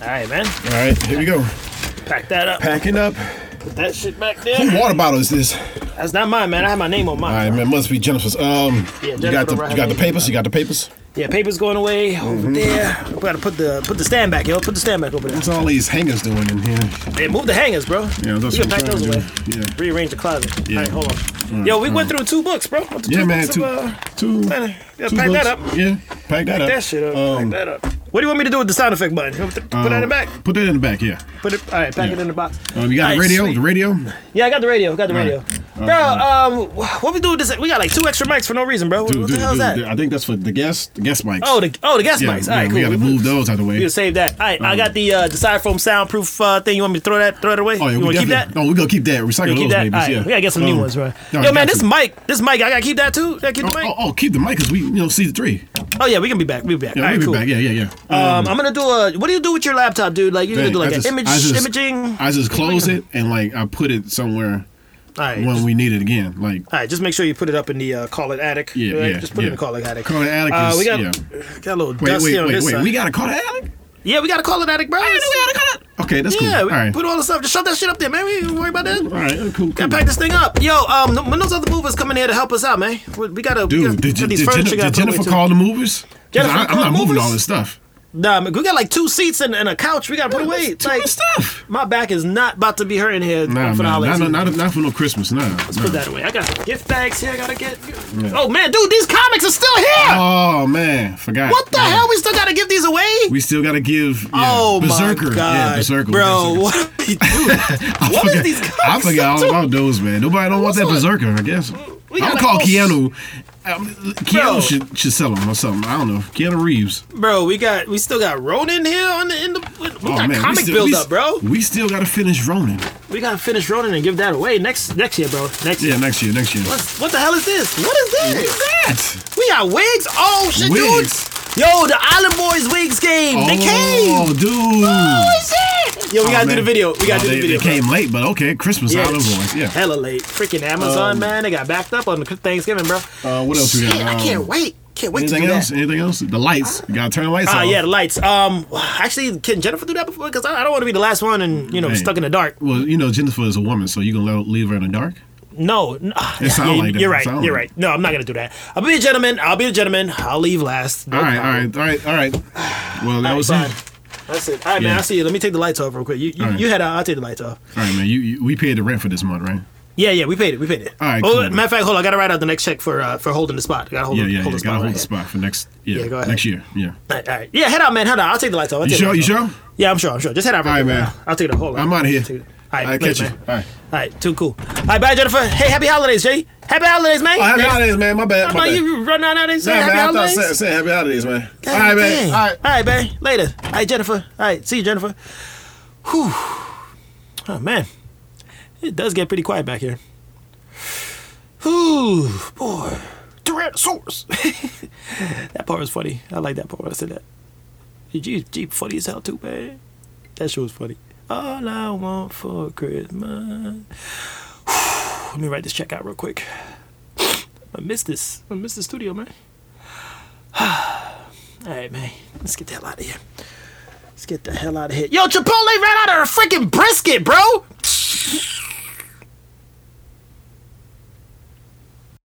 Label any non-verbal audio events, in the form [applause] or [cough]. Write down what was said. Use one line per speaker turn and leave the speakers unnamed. All right, man.
All right, here we go.
Pack that up.
Packing up.
Put that shit back there.
What water bottle is this?
That's not mine, man. I have my name on
All
mine.
right, man. Must be Jennifer's. Um,
Yeah,
you got
Jennifer
the
Ryan.
you got the papers. You got the papers.
Yeah, paper's going away
Mm-hmm.
over there. We gotta put the put the stand back, yo. Put the stand back over there.
What's all these hangers doing in here?
Hey, move the hangers, bro.
Yeah, that's
we can
what I'm
pack those
trying to
away.
do. Yeah.
Rearrange the closet.
Yeah.
All right, hold on. yo, we went through two books, bro. Went through
Yeah,
two
man.
books
Two,
of, uh,
two,
Atlanta. Yeah,
two
pack that
books.
up.
Yeah, pack that up.
that shit up. pack
Um,
that up. What do you want me to do with the sound effect button? You want me to Put that in the back.
uh, Put that in the back. Yeah.
Put it. All right, pack it in the box.
Um, you got
All
the
right,
radio.
sweet.
The radio.
Yeah, I got the radio. Got the radio. Bro, um, wh- what we do with this? We got like two extra mics for no reason, bro. What,
Dude,
what
dude,
the hell is
dude,
that?
dude, I think that's for the guest. The guest mics.
Oh, the oh the gas
yeah,
mics.
yeah,
All right, cool.
We gotta
We-
move those out of the way.
You save that. All right, I got the uh, the styrofoam soundproof uh, thing. You want me to throw that throw it away?
Oh, yeah,
you
we
want to keep that?
definitely- No, we're gonna keep that. Recycle
You
those
keep that.
babies.
All right,
yeah.
we gotta get some new
Um,
ones, bro.
no,
Yo,
I
man,
got
this
you.
mic, this mic, I gotta keep that too. Gotta keep the mic.
Oh,
Oh,
oh, keep the mic because we, you know, see the three.
yeah, we can be back. We'll be back.
Yeah,
All right,
we'll be
cool.
back. Yeah, yeah, yeah.
Um, I'm gonna do a. What do you do with your laptop, dude? Like you gonna
Dang,
do like an
I just-
image
I just-
imaging?
I just close it and like I put it somewhere
All right.
when we need it again. Like
all right, just make sure you put it up in the uh, call it attic.
Yeah,
right?
yeah,
Just put it in the
yeah.
call it attic.
Call It Attic
Uh,
is-
we got
yeah.
got a little
wait,
dust
wait,
here on
wait,
this
wait.
side.
We gotta call that Alec.
yeah, we got a call it attic, bro.
Okay, that's
yeah,
cool.
we
All right,
put all the stuff. Just shove that shit up there, man. We ain't worry about that.
all right, cool. cool.
Gotta pack this thing up. Yo, um, when those other movers coming here to help us out, man, we, we gotta. we
Dude,
gotta-
did,
got
did,
these
did,
furniture
Jennifer,
gotta
did
put away,
Jennifer
too.
call the movers? 'Cause
Jennifer
I, I'm
called
not moving
movers?
all this stuff.
Nah, man, we got like two seats and, and a couch. We gotta put away.
Too
like
much stuff.
my back is not about to be hurting here
Nah,
for the
man,
holidays.
not, not, not, not for no Christmas. Nah, Let's
Put that away. I got gift bags here. I gotta get. Oh man, dude, these comics are still here.
Oh man, forgot.
what the
Yeah.
hell? We still gotta give these away.
We still gotta give. Yeah,
oh
Berserker.
my god,
yeah, Berserker.
bro,
Berserker.
what are
[laughs]
we doing?
I
what is
forgot-
these
I
comics?
forgot all
up to?
about those, man. Nobody don't want that
on?
Berserker. I guess.
We
I'm
got a
gonna call
whole-
Keanu. Um,
Bro.
Keanu should, should sell him or something. I don't know. Keanu Reeves.
Bro, we got we still got Ronin here on the in the we got comic
still-
build
Oh, we,
up, bro.
We still gotta finish Ronin.
We gotta finish Ronin and give that away next next year, bro. Next year.
Yeah, next year. Next year.
What's, what the hell is this? What is this?
that?
We got wigs. Oh shit,
Wigs.
dudes. Yo, the Island Boys wigs game. They came.
Oh, dude. Oh,
Oh shit. Yo, we gotta do the video. We gotta do
they,
the video.
They
bro.
came late, but okay. Christmas
Yeah.
out of voice. Yeah.
Hella late. Freaking Amazon, man. They got backed up on the Thanksgiving, bro.
Uh, what else we
shit,
got?
I can't
Um,
wait. Can't wait to
Anything
do
else? Uh,
that.
Anything else? The lights. You gotta turn the lights
Ah,
off.
yeah, the lights. Um, actually, can Jennifer do that before? Because I, I don't want to be the last one and you know
Hey.
stuck in the dark.
Well, you know, Jennifer is a woman, so you gonna let- leave her in the dark?
No, n- ah,
It sound
you-
like that.
you're
It
right.
sound
You're
like
right. No, I'm not gonna do that. I'll be a gentleman. I'll be a gentleman. I'll leave last. No
All right, all
problem.
right, all right, all right. Well,
All
that
right,
was it.
fine. That's it. All right, man.
Yeah.
I'll see you. Let me take the lights off real quick. You you,
All right.
you head out. I'll take the lights off.
All right, man. You, you we paid the rent for this month, right?
Yeah, yeah. We paid it. We paid it.
All right,
Oh,
cool.
matter of fact, hold. on. I gotta write out the next check for uh, for holding the spot. I gotta hold,
Yeah,
the-
yeah, yeah.
hold
Gotta
the spot.
hold
right
the
here.
spot for next. Yeah,
Yeah, go ahead.
next year. Yeah.
All right, all right. Yeah, head out, man. Head out. I'll take the lights off. I'll
You
take
sure?
The
You
lights off.
sure?
Yeah, I'm sure. I'm sure. Just head out.
All right,
quick,
man.
I'll take the whole.
I'm outta here.
All
All right,
right, later,
catch you.
man.
All right.
All right, too cool. All right, bye, Jennifer. Hey, happy holidays, Jay. Happy holidays, man.
Oh, happy
Hey,
holidays, man. My bad.
How
My
about
bad.
you running out of this?
Nah,
happy
man, I thought I
holidays.
said, said happy holidays, man.
God
all right, man.
dang.
All right.
All right, man. Later. All right, Jennifer. All right, see you, Jennifer. Whew. Oh, man. It does get pretty quiet back here. Whew, boy. Tyrannosaurus. [laughs] that part was funny. I like that part when I said that. Gee, gee, funny as hell, too, man. That shit was funny. All I want for Christmas. Let me write this check out real quick. [sniffs] I missed this. I missed the studio, man. All right, man. Let's get the hell out of here. Let's get the hell out of here. Yo, Chipotle ran out of her freaking brisket, bro.